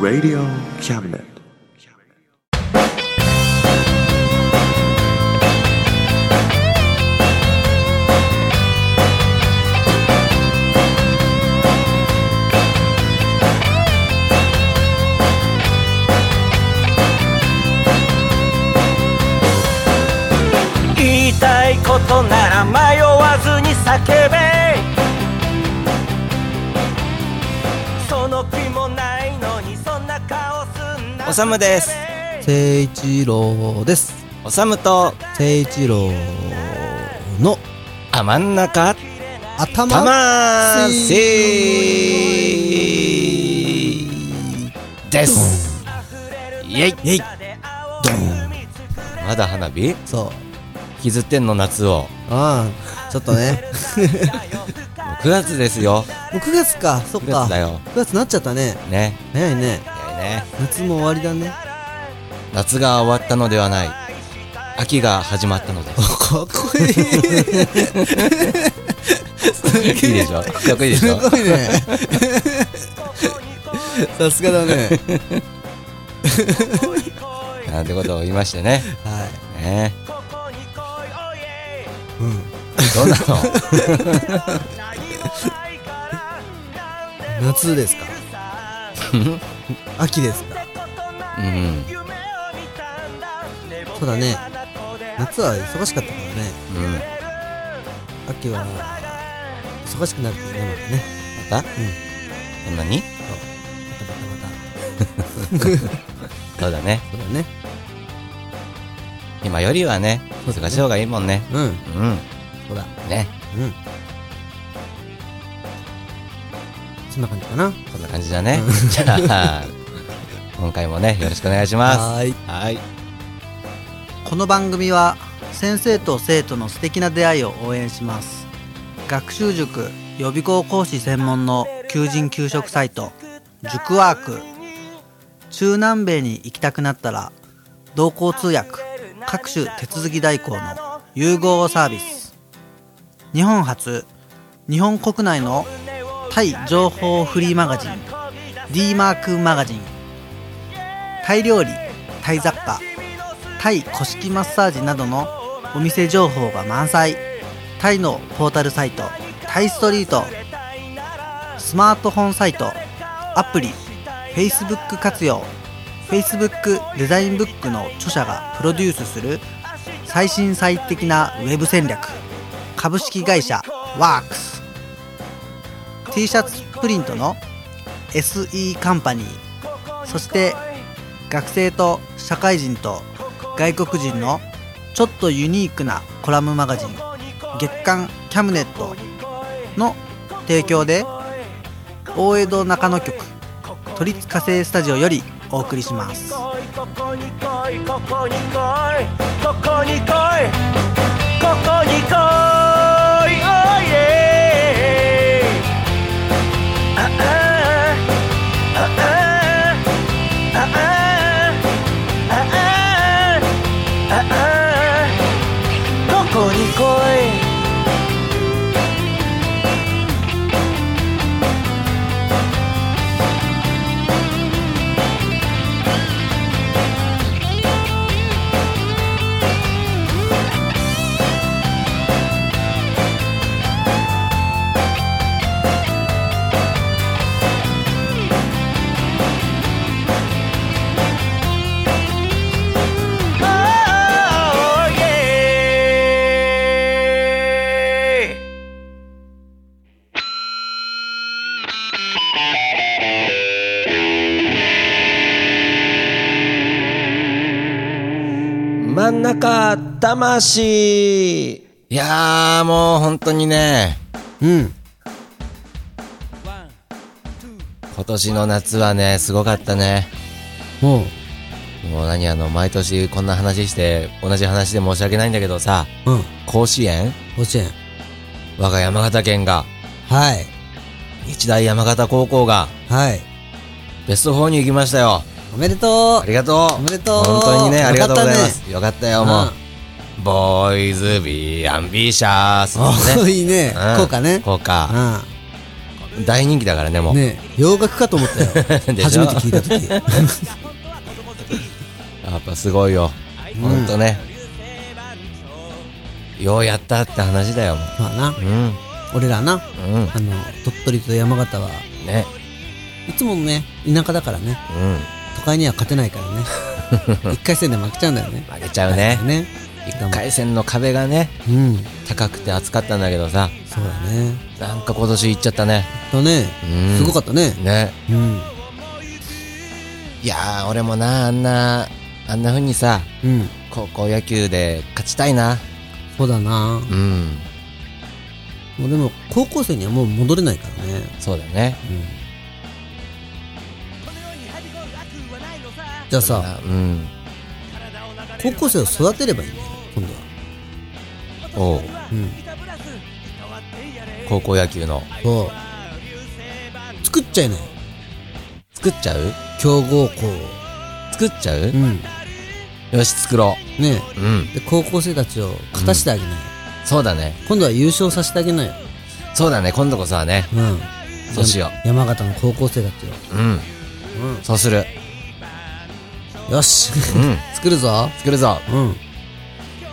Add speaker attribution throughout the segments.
Speaker 1: Radio Cabinet.
Speaker 2: 言いたいことなら迷わずに叫べその気もないのにそんな顔すんな
Speaker 3: おさむです
Speaker 4: 誠一郎です
Speaker 3: おさむと
Speaker 4: 誠一郎の
Speaker 3: あ真ん中
Speaker 4: 頭
Speaker 3: たま
Speaker 4: せ
Speaker 3: せですイエイイエイ まだ花火
Speaker 4: そう
Speaker 3: 引きずってんの夏を
Speaker 4: ああちょっとね
Speaker 3: 9月です
Speaker 4: も
Speaker 3: よ
Speaker 4: う9月かそっ
Speaker 3: 9
Speaker 4: か
Speaker 3: 月だよ
Speaker 4: 9月なっちゃったね
Speaker 3: ね
Speaker 4: 早いね
Speaker 3: 早いね
Speaker 4: 夏も終わりだね
Speaker 3: 夏が終わったのではない 秋が始まったのです
Speaker 4: かっこいいす
Speaker 3: いいでしょかっこいいでしょ
Speaker 4: ごい ねさすがだね
Speaker 3: なんてことを言いましてね
Speaker 4: はい、
Speaker 3: ね
Speaker 4: うん、
Speaker 3: どうなの
Speaker 4: 夏ですか秋ですか
Speaker 3: うん
Speaker 4: そうだね夏は忙しかったからね
Speaker 3: うん
Speaker 4: 秋は忙しくなるとねまたねうん
Speaker 3: またそんなに
Speaker 4: そうまたまたま
Speaker 3: そうだね
Speaker 4: たそうだね
Speaker 3: 今よりはね
Speaker 4: そうだね
Speaker 3: 忙しい方がいいもんね
Speaker 4: うん
Speaker 3: うん
Speaker 4: そうだ
Speaker 3: ね
Speaker 4: うんそんな感じかな
Speaker 3: こんな感じだ ねじゃあ今回もねよろしくお願いします
Speaker 4: ーい
Speaker 3: はい
Speaker 5: この番組は先生と生徒の素敵な出会いを応援します学習塾予備校講師専門の求人・給食サイト塾ワーク中南米に行きたくなったら同行通訳各種手続き代行の融合サービス日本初日本国内のタイ情報フリーマガジン D マークマガジンタイ料理タイ雑貨タイ古式マッサージなどのお店情報が満載タイのポータルサイトタイストリートスマートフォンサイトアプリ Facebook 活用 Facebook デザインブックの著者がプロデュースする最新最適なウェブ戦略株式会社 WorksT シャツプリントの SE カンパニーそして学生と社会人と外国人のちょっとユニークなコラムマガジン月刊キャムネットの提供で大江戸中野局都立火星スタジオよりお送りします
Speaker 2: ここに来いここに来いここに来いここに来いおいえああああああああああここに来い
Speaker 3: 真ん中魂いやーもう本当にね
Speaker 4: うん
Speaker 3: 今年の夏はねすごかったね
Speaker 4: もう
Speaker 3: もう何あの毎年こんな話して同じ話で申し訳ないんだけどさ
Speaker 4: うん
Speaker 3: 甲子園
Speaker 4: 甲子園
Speaker 3: 我が山形県が
Speaker 4: はい
Speaker 3: 日大山形高校が
Speaker 4: はい
Speaker 3: ベスト4に行きましたよ
Speaker 4: おめでと
Speaker 3: あ
Speaker 4: う
Speaker 3: りがとう
Speaker 4: おめでとう
Speaker 3: 本当にね、
Speaker 4: よ
Speaker 3: あ
Speaker 4: かったね
Speaker 3: りがとうございます。よかったよ、もう。ボーイ ズ・ビー・アンビシャース
Speaker 4: お
Speaker 3: ね。
Speaker 4: いいね
Speaker 3: うん
Speaker 4: 効果ね
Speaker 3: 効
Speaker 4: う
Speaker 3: 果。
Speaker 4: ん
Speaker 3: 大人気だからねもう、
Speaker 4: ねえ洋楽かと思ったよ
Speaker 3: でし
Speaker 4: 初め
Speaker 3: ょ
Speaker 4: て聞いた時
Speaker 3: やっぱすごいよ、ほんとねようやったって話だよも
Speaker 4: まあな
Speaker 3: ううん
Speaker 4: 俺らな
Speaker 3: うん
Speaker 4: あの鳥取と山形は
Speaker 3: ね
Speaker 4: いつもね田舎だからね
Speaker 3: う
Speaker 4: 都会には勝てない からね一回戦で負けちゃうんだよね
Speaker 3: ん負けちゃうね
Speaker 4: ね
Speaker 3: 1回戦の壁がね
Speaker 4: うん
Speaker 3: 高くて厚かったんだけどさ
Speaker 4: そうだね
Speaker 3: なんか今年行っちゃったね
Speaker 4: だね
Speaker 3: うん
Speaker 4: すごかったね
Speaker 3: ね
Speaker 4: うん
Speaker 3: いやー俺もなあんなあんな風にさ
Speaker 4: うん
Speaker 3: 高校野球で勝ちたいな
Speaker 4: そうだな
Speaker 3: うん
Speaker 4: もうでも高校生にはもう戻れないからね
Speaker 3: そうだね
Speaker 4: じゃあさ
Speaker 3: うん
Speaker 4: 高校生を育てればいいんだよ今度は
Speaker 3: おう
Speaker 4: うん
Speaker 3: 高校野球の
Speaker 4: そう作っちゃいなよ
Speaker 3: 作っちゃう
Speaker 4: 強豪校
Speaker 3: 作っちゃう
Speaker 4: をうん
Speaker 3: よし作ろ
Speaker 4: ね
Speaker 3: ううん
Speaker 4: えで高校生たちを勝たしてあげない、
Speaker 3: そうだね
Speaker 4: 今度は優勝させてあげないよ
Speaker 3: そうだね今度こそはね
Speaker 4: うん
Speaker 3: そうしよう
Speaker 4: 山形の高校生たち
Speaker 3: うん
Speaker 4: を
Speaker 3: そうする
Speaker 4: うんよし
Speaker 3: うん
Speaker 4: 作るぞ
Speaker 3: 作るぞ
Speaker 4: うん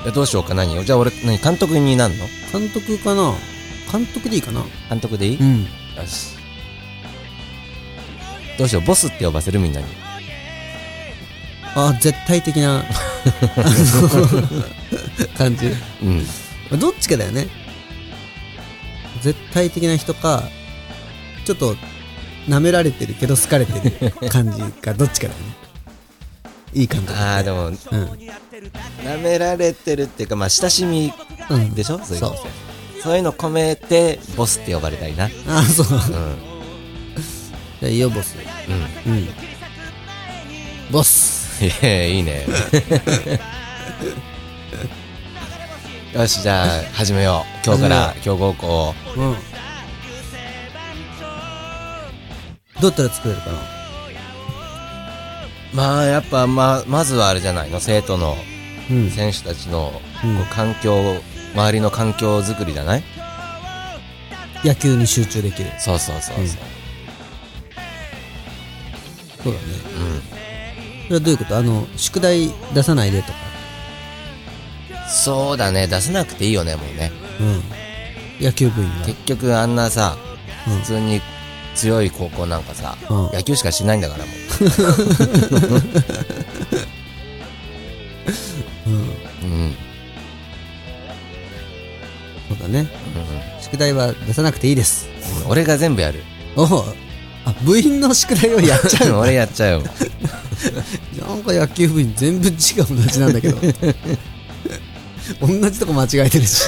Speaker 3: えどうしようか何をじゃあ俺何監督になんの
Speaker 4: 監督かな監督でいいかな
Speaker 3: 監督でいい、
Speaker 4: ん
Speaker 3: よしどうしようボスって呼ばせるみんなに
Speaker 4: あ絶対的なあの 感じ
Speaker 3: うん
Speaker 4: どっちかだよね絶対的な人かちょっと舐められてるけど好かれてる感じかどっちかだよねいい感覚
Speaker 3: ああでも
Speaker 4: うん
Speaker 3: 舐められてるっていうかまあ親しみ
Speaker 4: うん
Speaker 3: でしょ、そういう
Speaker 4: そ
Speaker 3: の
Speaker 4: う
Speaker 3: ってそういうの込めてボスって呼ばれたいな
Speaker 4: ああそう
Speaker 3: うんうん
Speaker 4: じゃあいいよボスうんボス
Speaker 3: いやいいねよしじゃあ始めよう今日から強豪校を
Speaker 4: うんどうやったら作れるかな
Speaker 3: まあやっぱまあまずはあれじゃないの生徒の
Speaker 4: うん
Speaker 3: 選手たちの
Speaker 4: う
Speaker 3: こ
Speaker 4: ん
Speaker 3: う環境、周りの環境づくりじゃない
Speaker 4: 野球に集中できる
Speaker 3: そうそうそうそう、
Speaker 4: そうだねそれはどういうことあの宿題出さないでとか
Speaker 3: そうだね出せなくていいよねもうね
Speaker 4: うん野球部員が
Speaker 3: 結局あんなさ
Speaker 4: うん
Speaker 3: 普通に強い高校なんかさ、
Speaker 4: うん
Speaker 3: 野球しかしないんだからも ううん、うん
Speaker 4: そうだね宿題は出さなくていいです
Speaker 3: 俺が全部やる
Speaker 4: おおあ部員の宿題を やっちゃうの
Speaker 3: 俺やっちゃうよ
Speaker 4: なんか野球部員全部字が同じなんだ けど同じとこ間違えてるし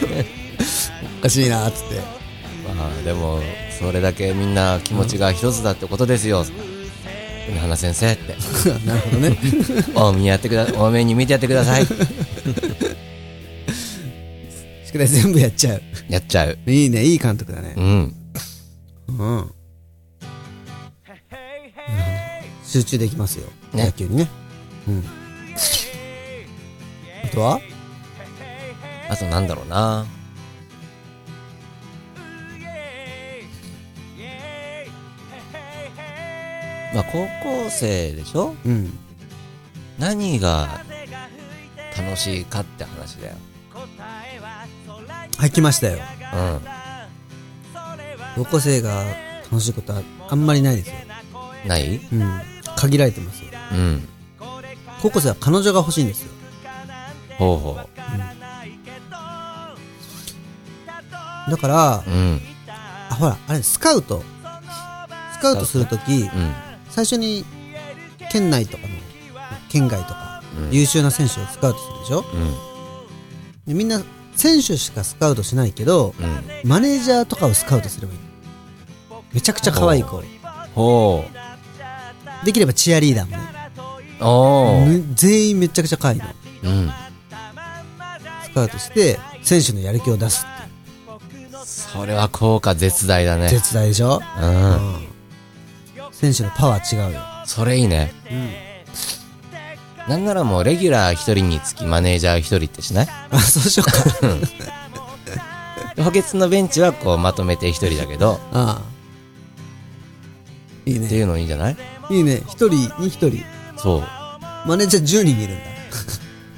Speaker 4: おかしいなーっつって
Speaker 3: まあでもそれだけみんな気持ちが一つだってことですよ海花先生って
Speaker 4: なるほどね
Speaker 3: 多めにやってくだ多めに見てやってください
Speaker 4: 宿題全部やっちゃう
Speaker 3: やっちゃう
Speaker 4: いいねいい監督だね
Speaker 3: うん
Speaker 4: うん集中できますよ、
Speaker 3: ね
Speaker 4: 野球にねうんあとは
Speaker 3: あとなんだろうなまあ高校生でしょ
Speaker 4: うん
Speaker 3: 何が楽しいかって話だよ
Speaker 4: はい来ましたよ
Speaker 3: うん
Speaker 4: 高校生が楽しいことはあんまりないですよ
Speaker 3: ない
Speaker 4: うん限られてますよ
Speaker 3: うん
Speaker 4: 高校生は彼女が欲しいんですよ
Speaker 3: ほうほ
Speaker 4: だから
Speaker 3: ううん
Speaker 4: あほらあれスカウトスカウトするとき
Speaker 3: うん
Speaker 4: 最初に県内とかの県外とか
Speaker 3: うん
Speaker 4: 優秀な選手をスカウトするでしょ
Speaker 3: うん
Speaker 4: でみんな選手しかスカウトしないけど
Speaker 3: うん
Speaker 4: マネージャーとかをスカウトすればいいめちゃくちゃ可愛い子
Speaker 3: ほ
Speaker 4: できればチアリーダーも
Speaker 3: うおー
Speaker 4: ねむ全員めちゃくちゃ可愛いの
Speaker 3: うん
Speaker 4: スカウトして選手のやる気を出すっていう
Speaker 3: それは効果絶大だね
Speaker 4: 絶大でしょ
Speaker 3: うん
Speaker 4: 選手のパワー違うよ
Speaker 3: それいいねなんならもうレ ギュラー一人につきマネージャー一人ってしない
Speaker 4: あそうしようか
Speaker 3: で補欠のベンチはこうまとめて一人だけど
Speaker 4: ああいい
Speaker 3: って
Speaker 4: ね
Speaker 3: いうのいいんじゃない
Speaker 4: いいね一人に一人
Speaker 3: そう
Speaker 4: マネージャー10人いるん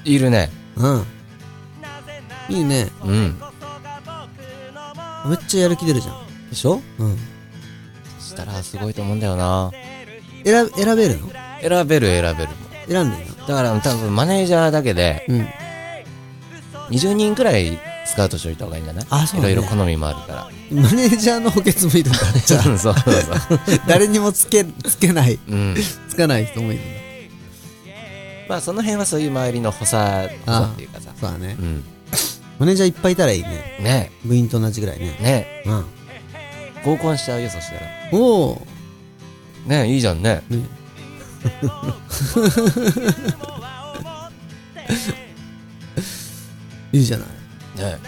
Speaker 3: いるね
Speaker 4: だうんいいね
Speaker 3: うん
Speaker 4: めっちゃやる気出るじゃん
Speaker 3: でしょ
Speaker 4: うん
Speaker 3: したらすごいと思うんだよな
Speaker 4: 選べ選べるの
Speaker 3: 選べる選べる
Speaker 4: 選んでる
Speaker 3: だから多分マネージャーだけで
Speaker 4: のうん
Speaker 3: 20人くらいスカウトしといた方がいいんじゃない
Speaker 4: あそうだね
Speaker 3: いろいろ好みもあるか
Speaker 4: マネージャーの補欠もいるんだじゃ
Speaker 3: ら
Speaker 4: あ
Speaker 3: そうそうそう
Speaker 4: 誰にもつけつけない
Speaker 3: うん
Speaker 4: つかない人もいるんだ
Speaker 3: まあその辺はそういう周りの補佐補佐っていうかさ
Speaker 4: そうだね
Speaker 3: うん
Speaker 4: マネージャーいっぱいいたらいいね
Speaker 3: ね
Speaker 4: 部員と同じぐらいね
Speaker 3: えね
Speaker 4: うん
Speaker 3: え合コンしちゃうよそしたら
Speaker 4: おお
Speaker 3: ねえいいじゃんね
Speaker 4: ねいいじゃない
Speaker 3: ね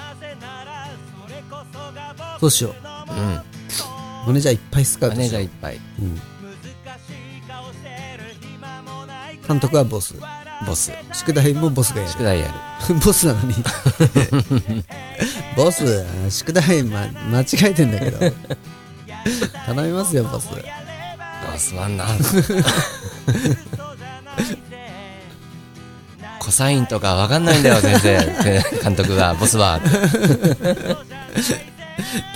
Speaker 4: そうしよう
Speaker 3: えうん
Speaker 4: マネージャーいっぱいスカウ
Speaker 3: マ
Speaker 4: ト
Speaker 3: ネー
Speaker 4: し
Speaker 3: ジ
Speaker 4: よ
Speaker 3: ャー
Speaker 4: う
Speaker 3: いっぱい
Speaker 4: 監督はボス
Speaker 3: ボス
Speaker 4: 宿題もボスがや
Speaker 3: 宿題やる
Speaker 4: る ボスなのにボス宿題、ま、間違えてんだけど頼みますよボス
Speaker 3: あすまんな コサインとかわかんないんだよ先生 って監督がボスは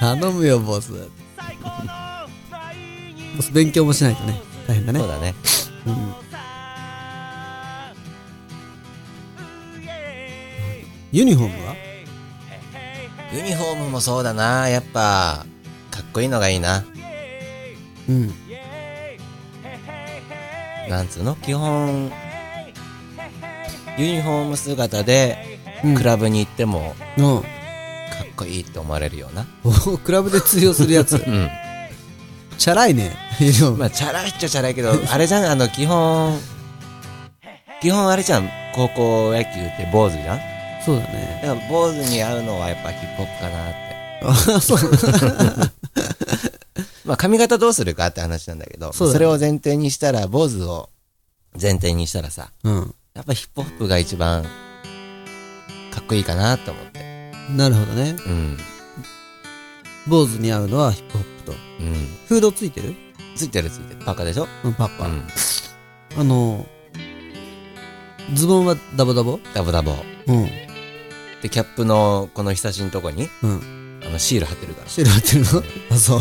Speaker 4: 頼むよボスボス勉強もしないとね大変だね
Speaker 3: そうだね
Speaker 4: ユニフォームは
Speaker 3: ユニフォームもそうだなやっぱかっこいいのがいいな
Speaker 4: うん
Speaker 3: なんつうの基本ユニフォーム姿で
Speaker 4: うん
Speaker 3: クラブに行っても
Speaker 4: の
Speaker 3: かっこいいって思われるような
Speaker 4: おクラブで通用するやつ
Speaker 3: うん
Speaker 4: チャラいねユニフォーム
Speaker 3: まあチャラいっちゃチャラい けどあれじゃんあの基本基本あれじゃん高校野球って坊主じゃん
Speaker 4: そうだね
Speaker 3: でも坊主に合うのはやっぱヒップホップかなって。
Speaker 4: あそう
Speaker 3: まあ髪型どうするかって話なんだけど、
Speaker 4: そ
Speaker 3: そう
Speaker 4: だね
Speaker 3: れを前提にしたら、坊主を前提にしたらさ、
Speaker 4: うん
Speaker 3: やっぱヒップホップが一番かっこいいかなと思って。
Speaker 4: なるほどね
Speaker 3: うん。
Speaker 4: 坊主に合うのはヒップホップと
Speaker 3: うん。
Speaker 4: フードついてる
Speaker 3: ついてるついてる。パカでしょ
Speaker 4: うんパッ
Speaker 3: う
Speaker 4: パ、
Speaker 3: ん。
Speaker 4: あのズボンはダボダボ
Speaker 3: ダボダボ。
Speaker 4: うん
Speaker 3: で、キャップのこのひさしのとこに、
Speaker 4: うん
Speaker 3: あのシール貼ってるから。
Speaker 4: シェル貼ってるのあ そう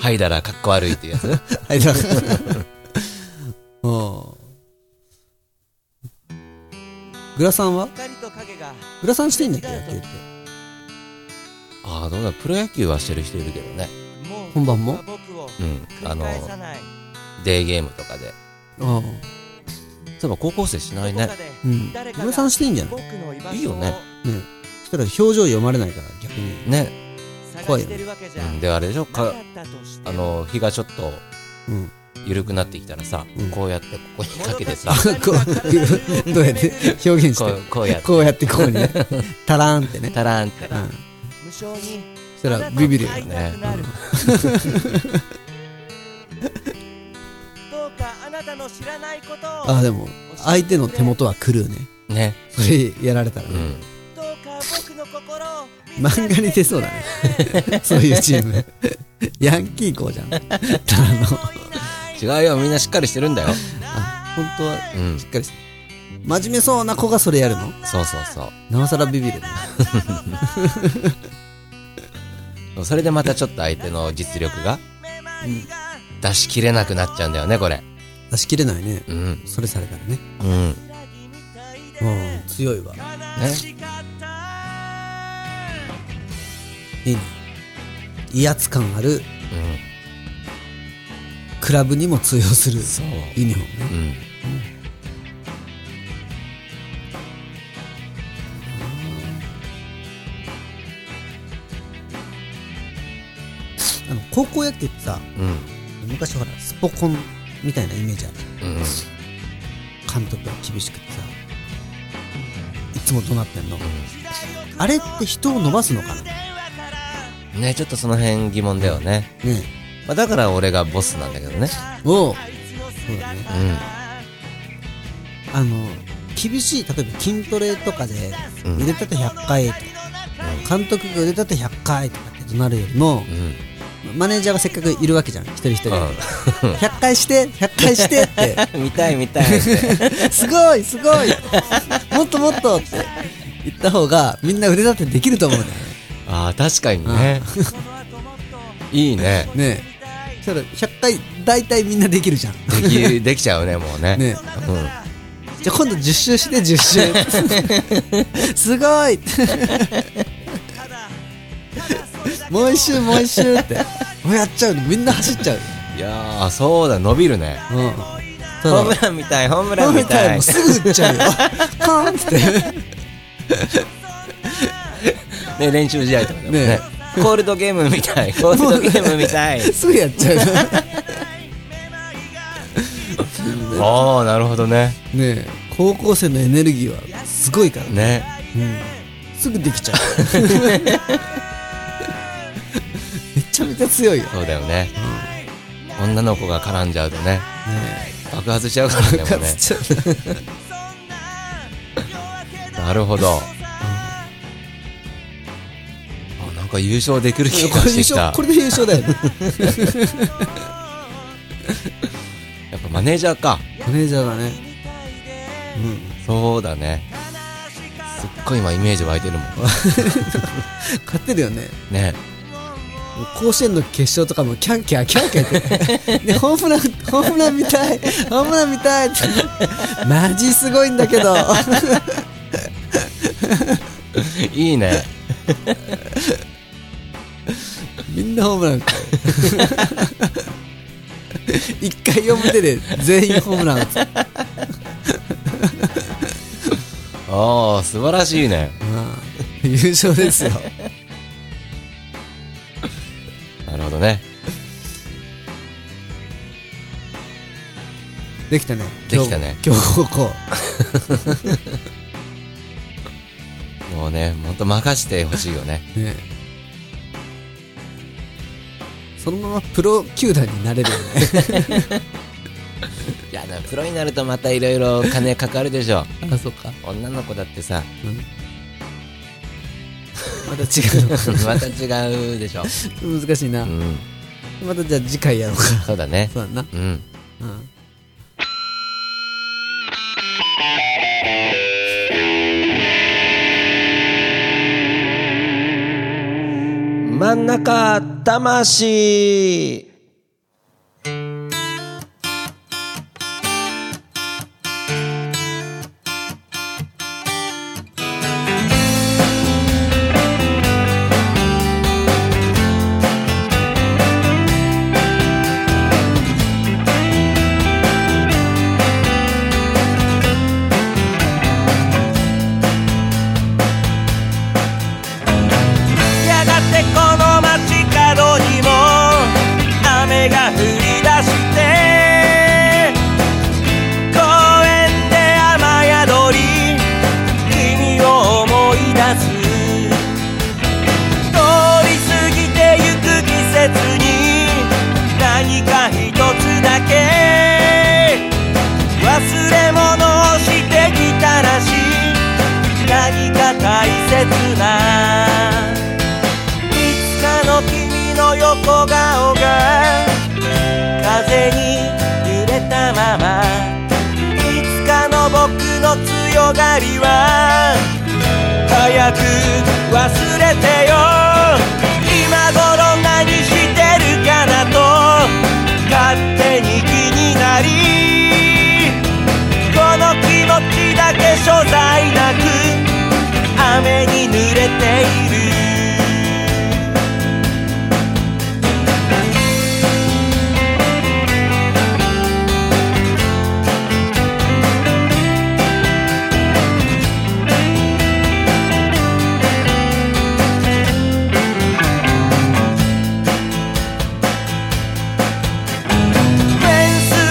Speaker 3: 剥いだらかっこ悪いっていうやつ。
Speaker 4: はいだからうんグラさんはグラさんしてんだっけ野球って
Speaker 3: ああ、どうだ、プロ野球はしてる人いるけどね。
Speaker 4: 本番も
Speaker 3: うん。あの、デーゲームとかで。
Speaker 4: ああ
Speaker 3: そういえば高校生しないね。
Speaker 4: うんグラさんしていいんじゃない
Speaker 3: いいよね。
Speaker 4: ねそしたら表情読まれないから逆に
Speaker 3: ね。
Speaker 4: 怖いよね
Speaker 3: うん、であれでしょかあの日がちょっと
Speaker 4: うん
Speaker 3: 緩くなってきたらさ、
Speaker 4: うん
Speaker 3: こうやってここにかけてさ
Speaker 4: こうどうやって表現し
Speaker 3: こ
Speaker 4: て
Speaker 3: うこうやって
Speaker 4: こうやってこうに ねタラーンってね
Speaker 3: タラーンって
Speaker 4: うんそしたらビビるよね
Speaker 3: ね、
Speaker 2: どうかあなたの知らないことを
Speaker 4: あでも相手の手元は狂うね
Speaker 3: うんね
Speaker 4: それやられたら
Speaker 3: う
Speaker 4: ね、
Speaker 3: ん
Speaker 2: どうか僕の心を
Speaker 4: 漫画に出そうだねそういうチームヤンキー校じゃんただの
Speaker 3: 違うよみんなしっかりしてるんだよ
Speaker 4: あ本当は
Speaker 3: うん
Speaker 4: しっかりして真面目そうな子がそれやるの
Speaker 3: そうそうそ
Speaker 4: なおさらビビるね
Speaker 3: うそれでまたちょっと相手の実力が出し切れなくなっちゃうんだよねこれ
Speaker 4: 出し切れないね
Speaker 3: うん
Speaker 4: それされたらね
Speaker 3: うんね
Speaker 4: うん強いわいいね威圧感ある
Speaker 3: う
Speaker 4: クラブにも通用する
Speaker 3: んそう
Speaker 4: ユニフォームね
Speaker 3: うん
Speaker 4: あの高校野球ってさ
Speaker 3: うん
Speaker 4: 昔ほらスポコンみたいなイメージある
Speaker 3: うん
Speaker 4: 監督が厳しくてさいつも怒鳴ってんの、あれって人を伸ばすのかなね
Speaker 3: うんねちょっとその辺疑問だよね、まあ、だから俺がボスなんだけどね
Speaker 4: おうそうだね
Speaker 3: う
Speaker 4: あの厳しい例えば筋トレとかで
Speaker 3: うん
Speaker 4: 腕立て100回とか監督が腕立て100回とかってなるよりも、マネージャーがせっかくいるわけじゃん一人一人、100回して100回してって
Speaker 3: 見たい見たいって
Speaker 4: すごいすごいもっともっとって言った方がみんな腕立てできると思うんだよね
Speaker 3: ああ確かにねいいね
Speaker 4: ねえそしたら100回大体みんなできるじゃん
Speaker 3: できできちゃうねもうね
Speaker 4: ね
Speaker 3: うん
Speaker 4: じゃあ今度10周して10周すごいもう一周もう一周ってもうやっちゃうのみんな走っちゃう、
Speaker 3: いやーそうだ伸びるね
Speaker 4: うん、
Speaker 3: ホ
Speaker 4: ただ
Speaker 3: ームランみたいホームラ
Speaker 4: ラ
Speaker 3: ン
Speaker 4: ーメ
Speaker 3: み
Speaker 4: ンタイ
Speaker 3: たい
Speaker 4: ムすぐ打っちゃうよカーンって
Speaker 3: ね練習試合とかでもね
Speaker 4: ね
Speaker 3: コールドゲームみたい コールドゲームみたい
Speaker 4: すぐやっちゃうよ
Speaker 3: ああなるほどね
Speaker 4: ねえ高校生のエネルギーはすごいからね
Speaker 3: ね
Speaker 4: すぐできちゃう めちゃめちゃ強いよね
Speaker 3: そうだよね女の子が絡んじゃうとね
Speaker 4: え
Speaker 3: 爆発しちゃうからねもうね
Speaker 4: ちょっと
Speaker 3: なるほど、あなんか優勝できる気が
Speaker 4: これ
Speaker 3: し
Speaker 4: 優
Speaker 3: てきた
Speaker 4: 勝これで優勝だよね
Speaker 3: やっぱマネージャーか
Speaker 4: マネージャーだね
Speaker 3: そうだねすっごい今イメージ湧いてるもん
Speaker 4: 勝ってるよね
Speaker 3: ね
Speaker 4: もう甲子園の決勝とかもキャンキャンキャンキャン ってでホームランホームラン見たいホームラン見たいってマジすごいんだけど
Speaker 3: いいね
Speaker 4: みんなホームラン一回表で全員ホームラ ン打つあ
Speaker 3: ああ素晴らしいね
Speaker 4: あ優勝ですよ
Speaker 3: なるほどね
Speaker 4: できたね
Speaker 3: できたね
Speaker 4: 強強豪校
Speaker 3: もうねほんと任してほしいよね
Speaker 4: ねそのままプロ球団になれるよね
Speaker 3: いやなプロになるとまたいろいろ金かかるでしょ
Speaker 4: あそうか、
Speaker 3: 女の子だってさ
Speaker 4: うん、また違 うのか
Speaker 3: また違うでしょ
Speaker 4: 難しいな、
Speaker 3: うん
Speaker 4: またじゃあ次回やろうか
Speaker 3: そうだね
Speaker 4: そうだな
Speaker 3: うん
Speaker 4: うん
Speaker 3: 真ん中魂
Speaker 2: やがてこの街角にも雨が降り出して公園で雨宿り君を思い出す通り過ぎてゆく季節に何か一つだけ忘れ物をしてきたらしい何か大切ないつかの君の横顔が風に揺れたままいつかの僕の強がりは早く忘れてよ今頃何してるかなと勝手に気になりこの気持ちだけ所在なく雨に濡れているフェンス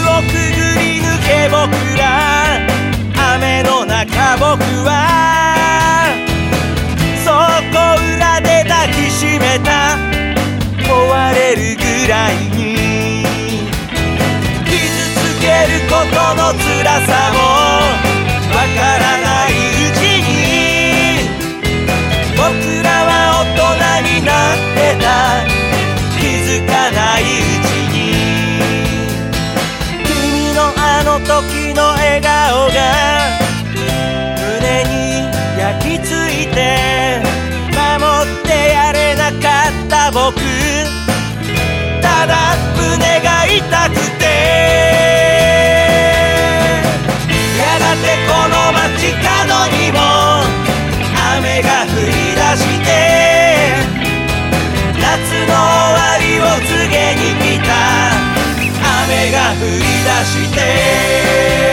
Speaker 2: をくぐり抜け僕ら雨の中僕はそこ裏いて守ってやれなかった僕ただ胸が痛くてやがてこの街角にも雨が降り出して夏の終わりを告げに来た雨が降り出して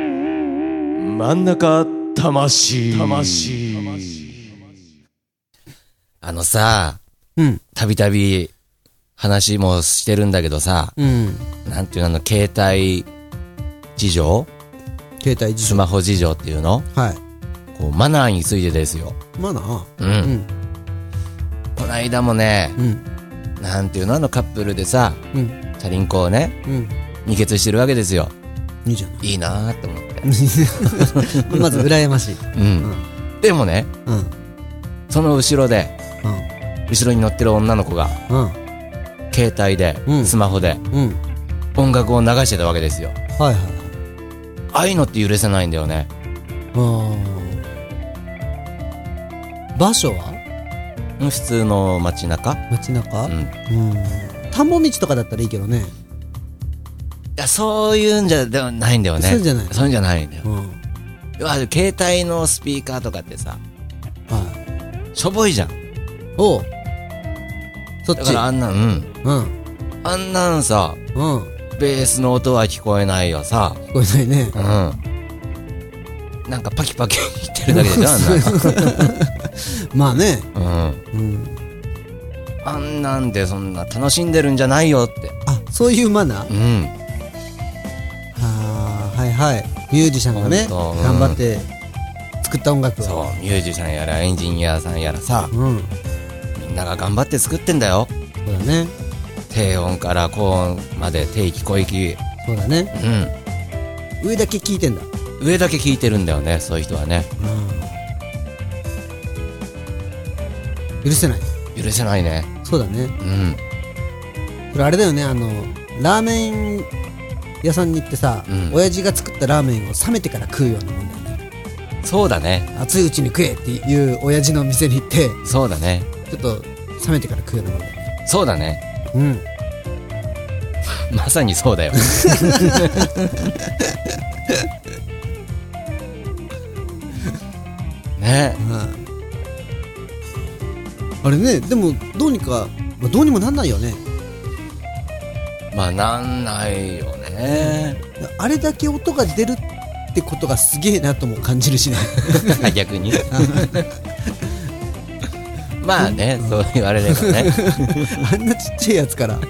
Speaker 3: 真ん中魂魂あのさ
Speaker 5: うん。
Speaker 3: たびたび話もしてるんだけどさ
Speaker 5: うん。
Speaker 3: なんていうのあの携帯事情
Speaker 4: 携帯
Speaker 3: ス
Speaker 4: 自
Speaker 3: マホ事情っていうの
Speaker 4: はい
Speaker 3: こうマナーについてですよ
Speaker 4: まあな
Speaker 3: うん、
Speaker 5: ん
Speaker 3: こないだもね
Speaker 5: うん。
Speaker 3: なんていうのあのカップルでさ
Speaker 5: うん。
Speaker 3: チャリンコをね
Speaker 5: うん。
Speaker 3: 二血してるわけですよ
Speaker 4: いい じゃない
Speaker 3: いいなーと思って
Speaker 4: いまず羨ましい
Speaker 3: うん、でもね
Speaker 4: うんうん
Speaker 3: その後ろで後ろに乗ってる女の子が
Speaker 4: うん
Speaker 3: 携帯で、
Speaker 4: うん
Speaker 3: スマホで
Speaker 4: うん
Speaker 3: 音楽を流してたわけですよ
Speaker 4: はいはい
Speaker 3: ああいうのって許せないんだよね
Speaker 4: あー場所は
Speaker 3: 普通の街中
Speaker 4: 街中
Speaker 3: うんい
Speaker 4: うん田んぼ道とかだったらいいけどね
Speaker 3: やそういうんじゃでもないんだよね
Speaker 4: そういうんじゃない
Speaker 3: そういうんじゃないんだよ
Speaker 4: うん
Speaker 3: うわ携帯のスピーカーとかってさ
Speaker 4: はい
Speaker 3: しょぼいじゃん
Speaker 4: おうそっ
Speaker 3: だ
Speaker 4: ち
Speaker 3: からあんなんうん
Speaker 4: うん
Speaker 3: あんなんさ
Speaker 4: うん
Speaker 3: ベースの音は聞こえないよさ
Speaker 4: 聞こえないね
Speaker 3: うんなんかパキパキ言ってるだけでしょあ ん
Speaker 4: まあね
Speaker 3: なんうん
Speaker 4: うん
Speaker 3: あんなんでそんな楽しんでるんじゃないよって。
Speaker 4: あそういうマナー
Speaker 3: うん。
Speaker 4: あーはいはいミュージシャンがね
Speaker 3: ほんとうん
Speaker 4: 頑張って作った音楽を
Speaker 3: そう、ミュージシャンやらエンジニアさんやらさ、
Speaker 4: うん
Speaker 3: みんなが頑張って作ってんだよ。
Speaker 4: そうだね
Speaker 3: 低音から高音まで低域、小域。
Speaker 4: そうだね
Speaker 3: う
Speaker 4: 上だけ聞いてんだ
Speaker 3: ん。上だけ聞いてるんだよね、そういう人はね。
Speaker 4: うん許せない
Speaker 3: 許せないね。
Speaker 4: そうだね
Speaker 3: うん。
Speaker 4: これあれだよねあのラーメン屋さんに行ってさ、
Speaker 3: うん
Speaker 4: 親父が作ったラーメンを冷めてから食うようなもんだよね
Speaker 3: そうだね。
Speaker 4: 熱いうちに食えっていう親父の店に行って
Speaker 3: そうだね。
Speaker 4: ちょっと冷めてから食うようなもんだよね
Speaker 3: そうだね。
Speaker 4: うん
Speaker 3: まさにそうだよ。 ね
Speaker 4: あれねでもどうにか、まあ、どうにもなんないよね
Speaker 3: まあなんないよね。
Speaker 4: あれだけ音が出るってことがすげえなとも感じる しね
Speaker 3: 逆に まあね、そう言われればね
Speaker 4: あんなちっちゃいやつから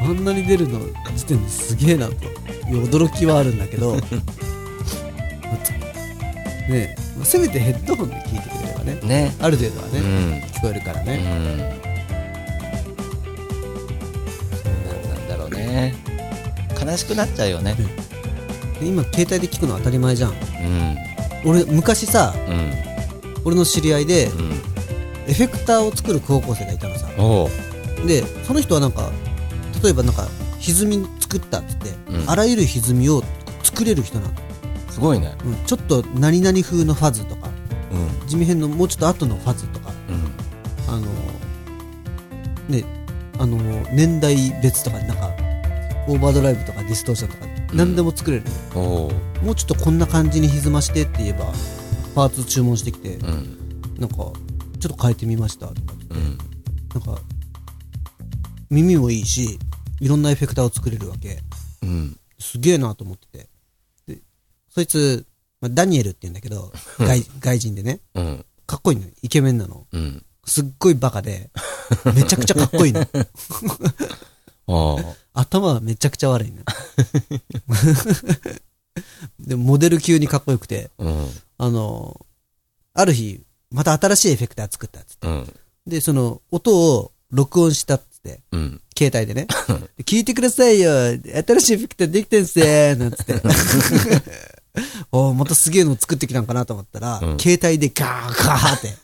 Speaker 4: あんなに出るの時点ですげえなという驚きはあるんだけ どねえせめてヘッドホンで聞いてくれればね
Speaker 3: ね
Speaker 4: ある程度はね、
Speaker 3: うん
Speaker 4: 聞こえるから
Speaker 3: う
Speaker 4: ね、
Speaker 3: んなんなんだろうね悲しくなっちゃうよね
Speaker 4: で今携帯で聞くの当たり前じゃん
Speaker 3: うん
Speaker 4: 俺昔さ
Speaker 3: うん
Speaker 4: 俺の知り合いで
Speaker 3: うん
Speaker 4: エフェクターを作る高校生がいたのさ
Speaker 3: おう
Speaker 4: でその人はなんか例えばなんか歪み作ったっつって、
Speaker 3: うん
Speaker 4: あらゆる歪みを作れる人なの
Speaker 3: すごいね
Speaker 4: うん、ちょっと何々風のファズとか
Speaker 3: うん
Speaker 4: 地味編のもうちょっと後のファズとか
Speaker 3: うん
Speaker 4: あのねあの年代別とかなんかオーバードライブとかディストーションとか何でも作れる、
Speaker 3: おー
Speaker 4: もうちょっとこんな感じに歪ましてって言えばパーツ注文してきて、
Speaker 3: うん
Speaker 4: なんかちょっと変えてみましたとか
Speaker 3: うん
Speaker 4: なんか耳もいいしいろんなエフェクターを作れるわけ
Speaker 3: うん
Speaker 4: すげえなと思っててでそいつ、まあ、ダニエルって言うんだけど外外人でね
Speaker 3: うん
Speaker 4: かっこいいのよイケメンなの
Speaker 3: うん
Speaker 4: すっごいバカでめちゃくちゃかっこい いの
Speaker 3: ああ
Speaker 4: 頭はめちゃくちゃ悪いな。で、モデル級にかっこよくて、
Speaker 3: うん
Speaker 4: あの、ある日、また新しいエフェクター作ったっつって。
Speaker 3: うん
Speaker 4: で、その、音を録音したっつって、
Speaker 3: うん
Speaker 4: 携帯でね。で聞いてくださいよ新しいエフェクターできてんすよなんつって。 おーまたすげえの作ってきたんかなと思ったら、
Speaker 3: うん
Speaker 4: 携帯でガーガーって。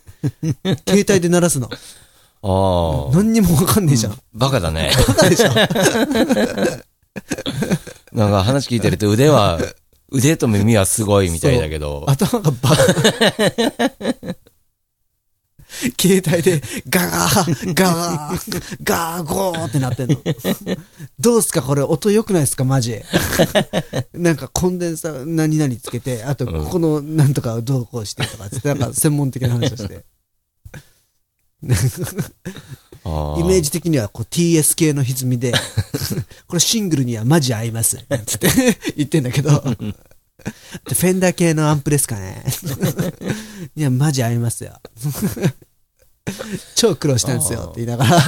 Speaker 4: 携帯で鳴らすの。
Speaker 3: ああ
Speaker 4: 何にもわかんねえじゃん。
Speaker 3: バカだね
Speaker 4: バカでしょ
Speaker 3: なんか話聞いてると腕は、腕と耳はすごいみたいだけど、
Speaker 4: 頭がバカ。 携帯でガーガーガーゴーってなってんの。どうすかこれ音良くないですかマ ジ。なんかコンデンサー何々つけて、あとここのなんとかをどうこうしてとかつって、なんか専門的な話をして。イ
Speaker 3: あ
Speaker 4: メージ的にはこう TS 系の歪 みで、これシングルにはマジ合います。なんつって言ってんだけど、でフェンダー系のアンプですかね。いや、マジ合いますよ。超苦労したんですよって言いながら、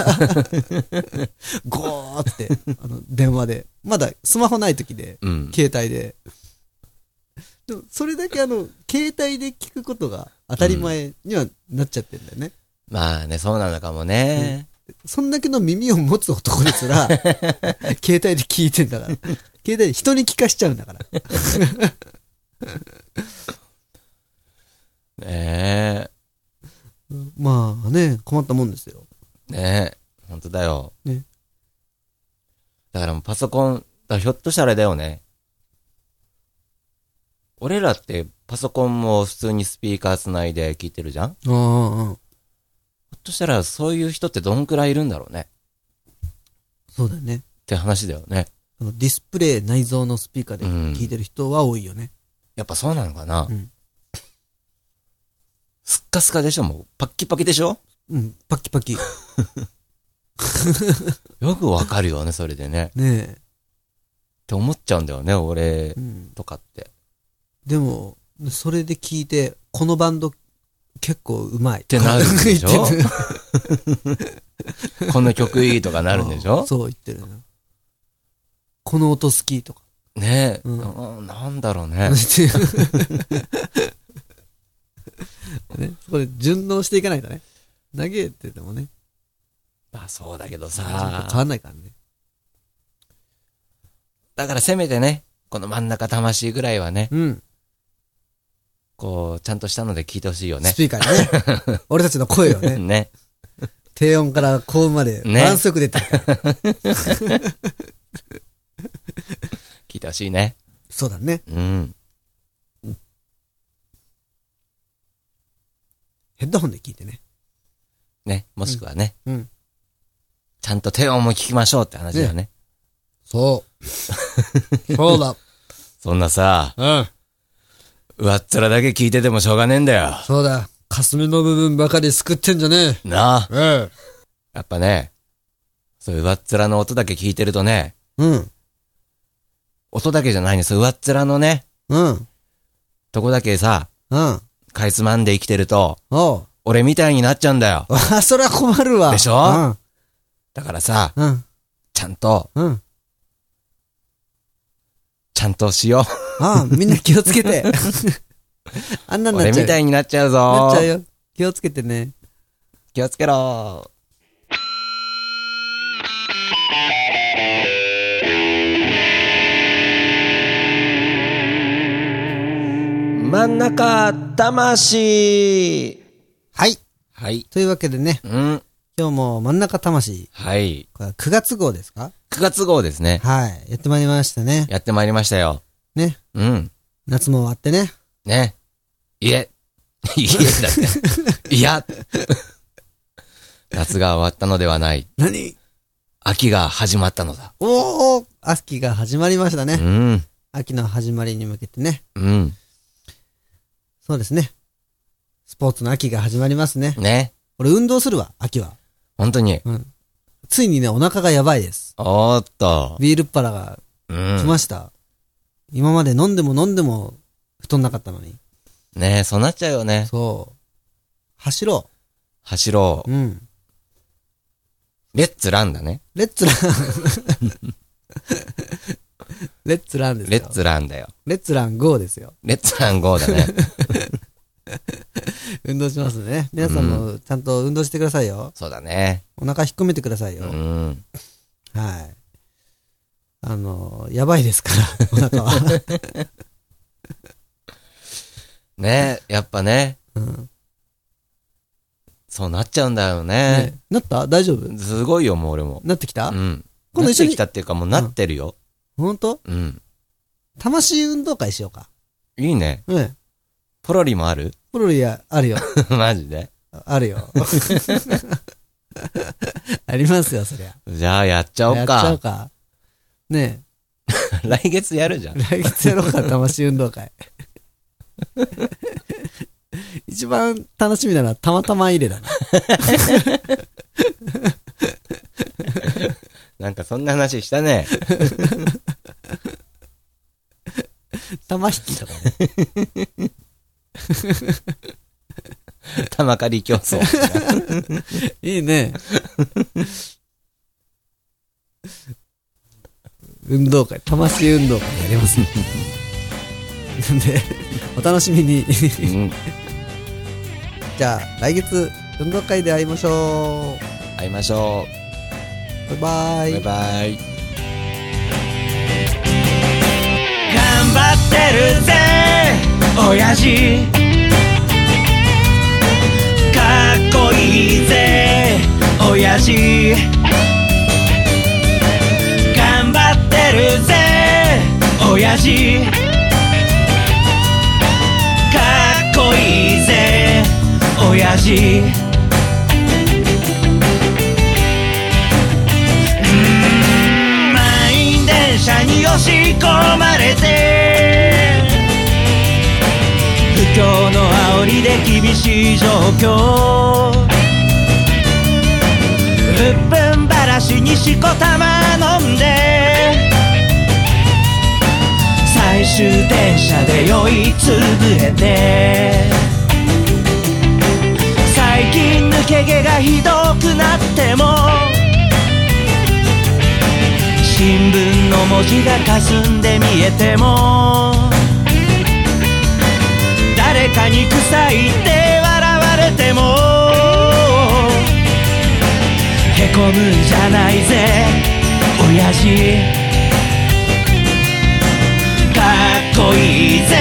Speaker 4: ゴーって、あの、電話で、まだスマホない時で、
Speaker 3: うん
Speaker 4: 携帯で。でも、それだけあの、携帯で聞くことが当たり前にはなっちゃってんだよね。
Speaker 3: まあね、そうなのかもね。
Speaker 4: そんだけの耳を持つ男です ら、携帯で聞いてんだから。携帯で人に聞かしちゃうんだから。
Speaker 3: ね
Speaker 4: まあね、困ったもんですよ。
Speaker 3: え。ねえ。ほんとだよ。
Speaker 4: ね
Speaker 3: だからもうパソコン、だからひょっとしたらあれだよね。俺らってパソコンも普通にスピーカーつないで聞いてるじゃんひ
Speaker 4: ああああ、
Speaker 3: ょっとしたらそういう人ってどんくらいいるんだろうね。
Speaker 4: そうだよね。
Speaker 3: って話だよね。
Speaker 4: あのディスプレイ内蔵のスピーカーで
Speaker 3: うん
Speaker 4: 聞いてる人は多いよね。
Speaker 3: やっぱそうなのかな。
Speaker 4: うん
Speaker 3: すっかすかでしょもうパッキパキでしょ
Speaker 4: うん、パッキ パキ。
Speaker 3: よくわかるよね、それでね。
Speaker 4: ね
Speaker 3: って思っちゃうんだよね、俺
Speaker 4: え。うん。
Speaker 3: とかって。
Speaker 4: でも、それで聞いて、このバンド結構うまい。って
Speaker 3: なるで しょ
Speaker 4: 言ってる
Speaker 3: この曲いいとかなるんでし
Speaker 4: ああ
Speaker 3: ょ
Speaker 4: そう言ってるな。この音好きとか。
Speaker 3: ねえ、
Speaker 4: うん
Speaker 3: ななんだろうね。
Speaker 4: ね、そこで順応していかないとね。投げててもね、
Speaker 3: まあそうだけど
Speaker 4: 変わ
Speaker 3: さ。
Speaker 4: んないからね。
Speaker 3: だからせめてね、この真ん中魂ぐらいはね、
Speaker 4: うん。
Speaker 3: こう、ちゃんとしたので聞いてほしいよね
Speaker 4: ス。ピーカーに ね。俺たちの声をね、
Speaker 3: ね。
Speaker 4: 低音から高音まで、
Speaker 3: ね
Speaker 4: バランスよく出てるから。
Speaker 3: 聞いてほしいね。
Speaker 4: そうだね。
Speaker 3: うん。
Speaker 4: ヘッドホンで聞いてね。
Speaker 3: ね。もしくはね、
Speaker 4: うん。
Speaker 3: ちゃんと低音も聞きましょうって話だよね。
Speaker 4: そう。 そう だ。
Speaker 3: そんなさ、
Speaker 4: うん。
Speaker 3: 上っ面だけ聞いててもしょうがねえんだよ。
Speaker 4: そうだ。霞の部分ばかり救ってんじゃね
Speaker 3: なあ。
Speaker 4: え。
Speaker 3: やっぱね、そういう上っ面の音だけ聞いてるとね、
Speaker 4: うん。
Speaker 3: 音だけじゃないんです上っ面のね、
Speaker 4: うん。
Speaker 3: とこだけさ、
Speaker 4: うん。
Speaker 3: かいつまんで生きてると、
Speaker 4: おう。
Speaker 3: 俺みたいになっちゃうんだよ。
Speaker 4: あ、そりゃ困るわ。
Speaker 3: でしょだからさ、
Speaker 4: うん。うん。
Speaker 3: ちゃんと、
Speaker 4: うん。
Speaker 3: ちゃんとしよ
Speaker 4: ああ、みんな気をつけ て。あんな
Speaker 3: う。
Speaker 4: に な
Speaker 3: 俺
Speaker 4: っちゃう
Speaker 3: み
Speaker 4: よ。
Speaker 3: たいになっちゃ
Speaker 4: な
Speaker 3: うぞ
Speaker 4: っちゃう。よ。気をつけてね。
Speaker 3: 気をつけろ。真ん中、魂。
Speaker 4: はい。
Speaker 3: はい。
Speaker 4: というわけでね、
Speaker 3: うん。
Speaker 4: 今日も真ん中魂、
Speaker 3: はい。
Speaker 4: これは9月号ですか
Speaker 3: 9月号ですね。
Speaker 4: はい。やってまいりましたね。
Speaker 3: やってまいりましたよ。
Speaker 4: ね。
Speaker 3: うん。
Speaker 4: 夏も終わってね。
Speaker 3: ね。い え。いえ だって。いや。夏が終わったのではない。
Speaker 4: 何
Speaker 3: 秋が始まったのだ。
Speaker 4: おお秋が始まりました
Speaker 3: う
Speaker 4: ね。
Speaker 3: ん。
Speaker 4: 秋の始まりに向けてね。
Speaker 3: うん。
Speaker 4: そうですね。スポーツの秋が始まりますね。
Speaker 3: ね。
Speaker 4: 俺運動するわ、秋は。
Speaker 3: 本当に。
Speaker 4: ついにね、お腹がやばいです。
Speaker 3: おーっと。
Speaker 4: ビールっ腹が
Speaker 3: う
Speaker 4: 来
Speaker 3: ん。
Speaker 4: ました。今まで飲んでも飲んでも太んなかったのに。
Speaker 3: ねそうなっちゃうよね。
Speaker 4: そう。走ろ
Speaker 3: 走ろ
Speaker 4: う。うん。
Speaker 3: う。レッツランだね。
Speaker 4: レッツラン。 レッツランです
Speaker 3: レ
Speaker 4: よ。
Speaker 3: ッツランだよ。
Speaker 4: レッツラン GO ですよ。
Speaker 3: レッツラン GO だね。
Speaker 4: 運動しますんでね。皆さんもちゃんと運動してくださいよ。
Speaker 3: そうだね。
Speaker 4: お腹引っ込めてくださいうよ。
Speaker 3: ん。
Speaker 4: はい。あの、やばいですから、 お腹は。
Speaker 3: ねやっぱね。
Speaker 4: うん
Speaker 3: そうなっちゃうんだよね。
Speaker 4: なった大丈夫
Speaker 3: すごいよ、もう俺も。
Speaker 4: なってきた、
Speaker 3: うん。
Speaker 4: 今度一緒
Speaker 3: なって
Speaker 4: に
Speaker 3: きた。っていうか、もうなってるよ。
Speaker 4: ほんと
Speaker 3: うん。
Speaker 4: 魂運動会しようか。
Speaker 3: いいね。
Speaker 4: うん。
Speaker 3: ポロリもある
Speaker 4: ポロリや、あるよ。
Speaker 3: マジで。
Speaker 4: ある よ。 ありますよ、そりゃ。
Speaker 3: じゃあ、やっちゃお
Speaker 4: や
Speaker 3: う
Speaker 4: っちゃおう
Speaker 3: か。
Speaker 4: か。ね
Speaker 3: 来月やるじゃん
Speaker 4: え、。来月やろうか、魂運動会。一番楽しみなのは、たまたま入れだな。
Speaker 3: なんかそんな話したね。
Speaker 4: 玉引きとかね。
Speaker 3: 玉狩り競 争。
Speaker 4: いいね。運動会、魂運動会やりますね。なんで、お楽しみに。
Speaker 3: うん。
Speaker 4: じゃあ、来月、運動会で会いましょ
Speaker 3: 会いましょ
Speaker 4: う。バイバ
Speaker 3: う。
Speaker 4: イ
Speaker 3: バイ。バイ。
Speaker 2: 頑張ってるぜ親父かっこいいぜ親父頑張ってるぜ親父かっこいいぜ親父満員電車に押し込まれて不況の煽りで厳しい状況うっぷんばらしにしこたま飲んで最終電車で酔いつぶれて最近抜け毛がひどくなっても新聞の文字が霞んで見えても誰かに臭いって笑われてもへこむんじゃないぜ親父かっこいいぜ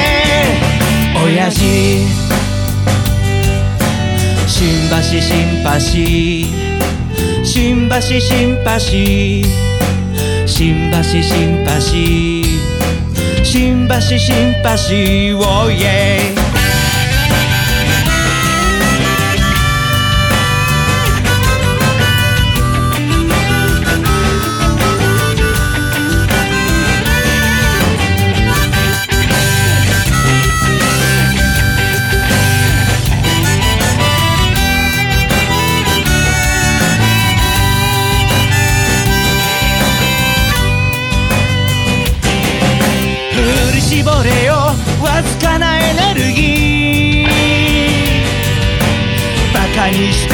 Speaker 2: 親父新橋新橋新橋新橋新橋新橋新橋新橋をイエイ振り絞れよわずかなエネルギーバカにして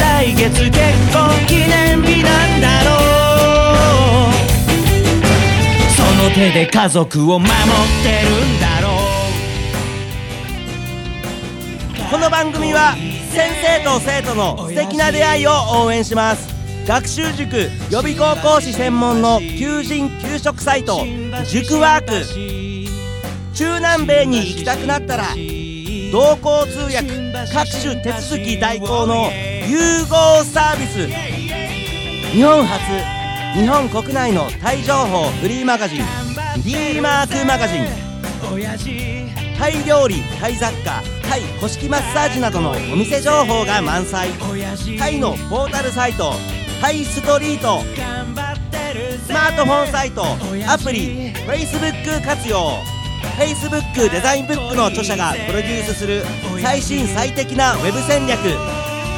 Speaker 2: 来月結婚記念日なんだろうその手で家族を守ってるんだろうこの番組は先生と生徒の素敵な出会いを応援します学習塾予備高校師専門の求人・給食サイト塾ワーク中南米に行きたくなったら同行通訳各種手続き代行の融合サービス日本初日本国内のタイ情報フリーマガジン D マークマガジンタイ料理タイ雑貨タイ古式マッサージなどのお店情報が満載タイのポータルサイトタイストリートスマートフォンサイトアプリ Facebook 活用 Facebook デザインブックの著者がプロデュースする最新最適なウェブ戦略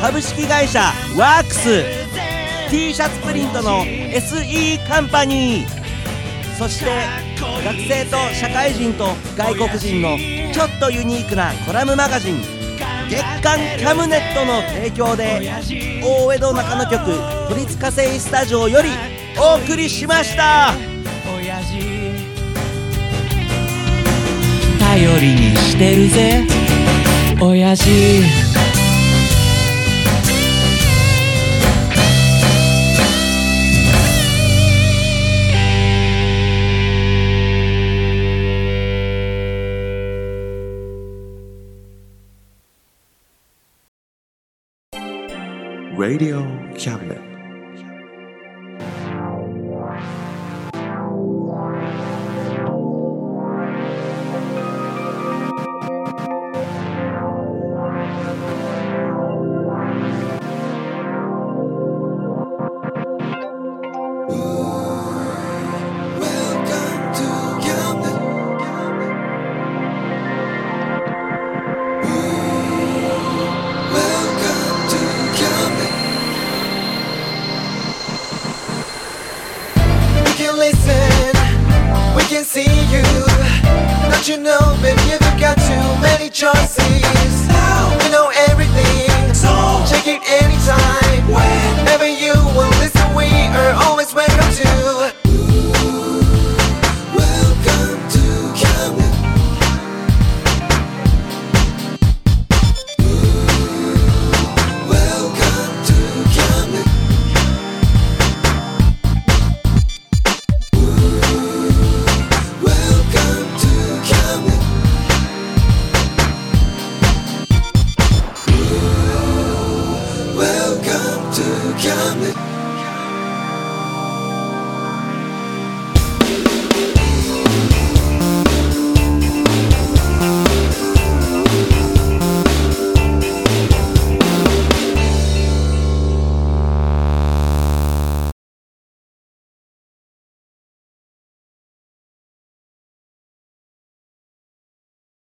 Speaker 2: 株式会社ワークス t シャツプリントの SE カンパニーそして学生と社会人と外国人のちょっとユニークなコラムマガジン月刊キャムネットの提供で大江戸中野局都立火星スタジオよりお送りしました頼りにしてるぜ親父
Speaker 1: Radio Cabinet.
Speaker 6: We can listen, we can see you. Don't you know, baby, you've got too many choices.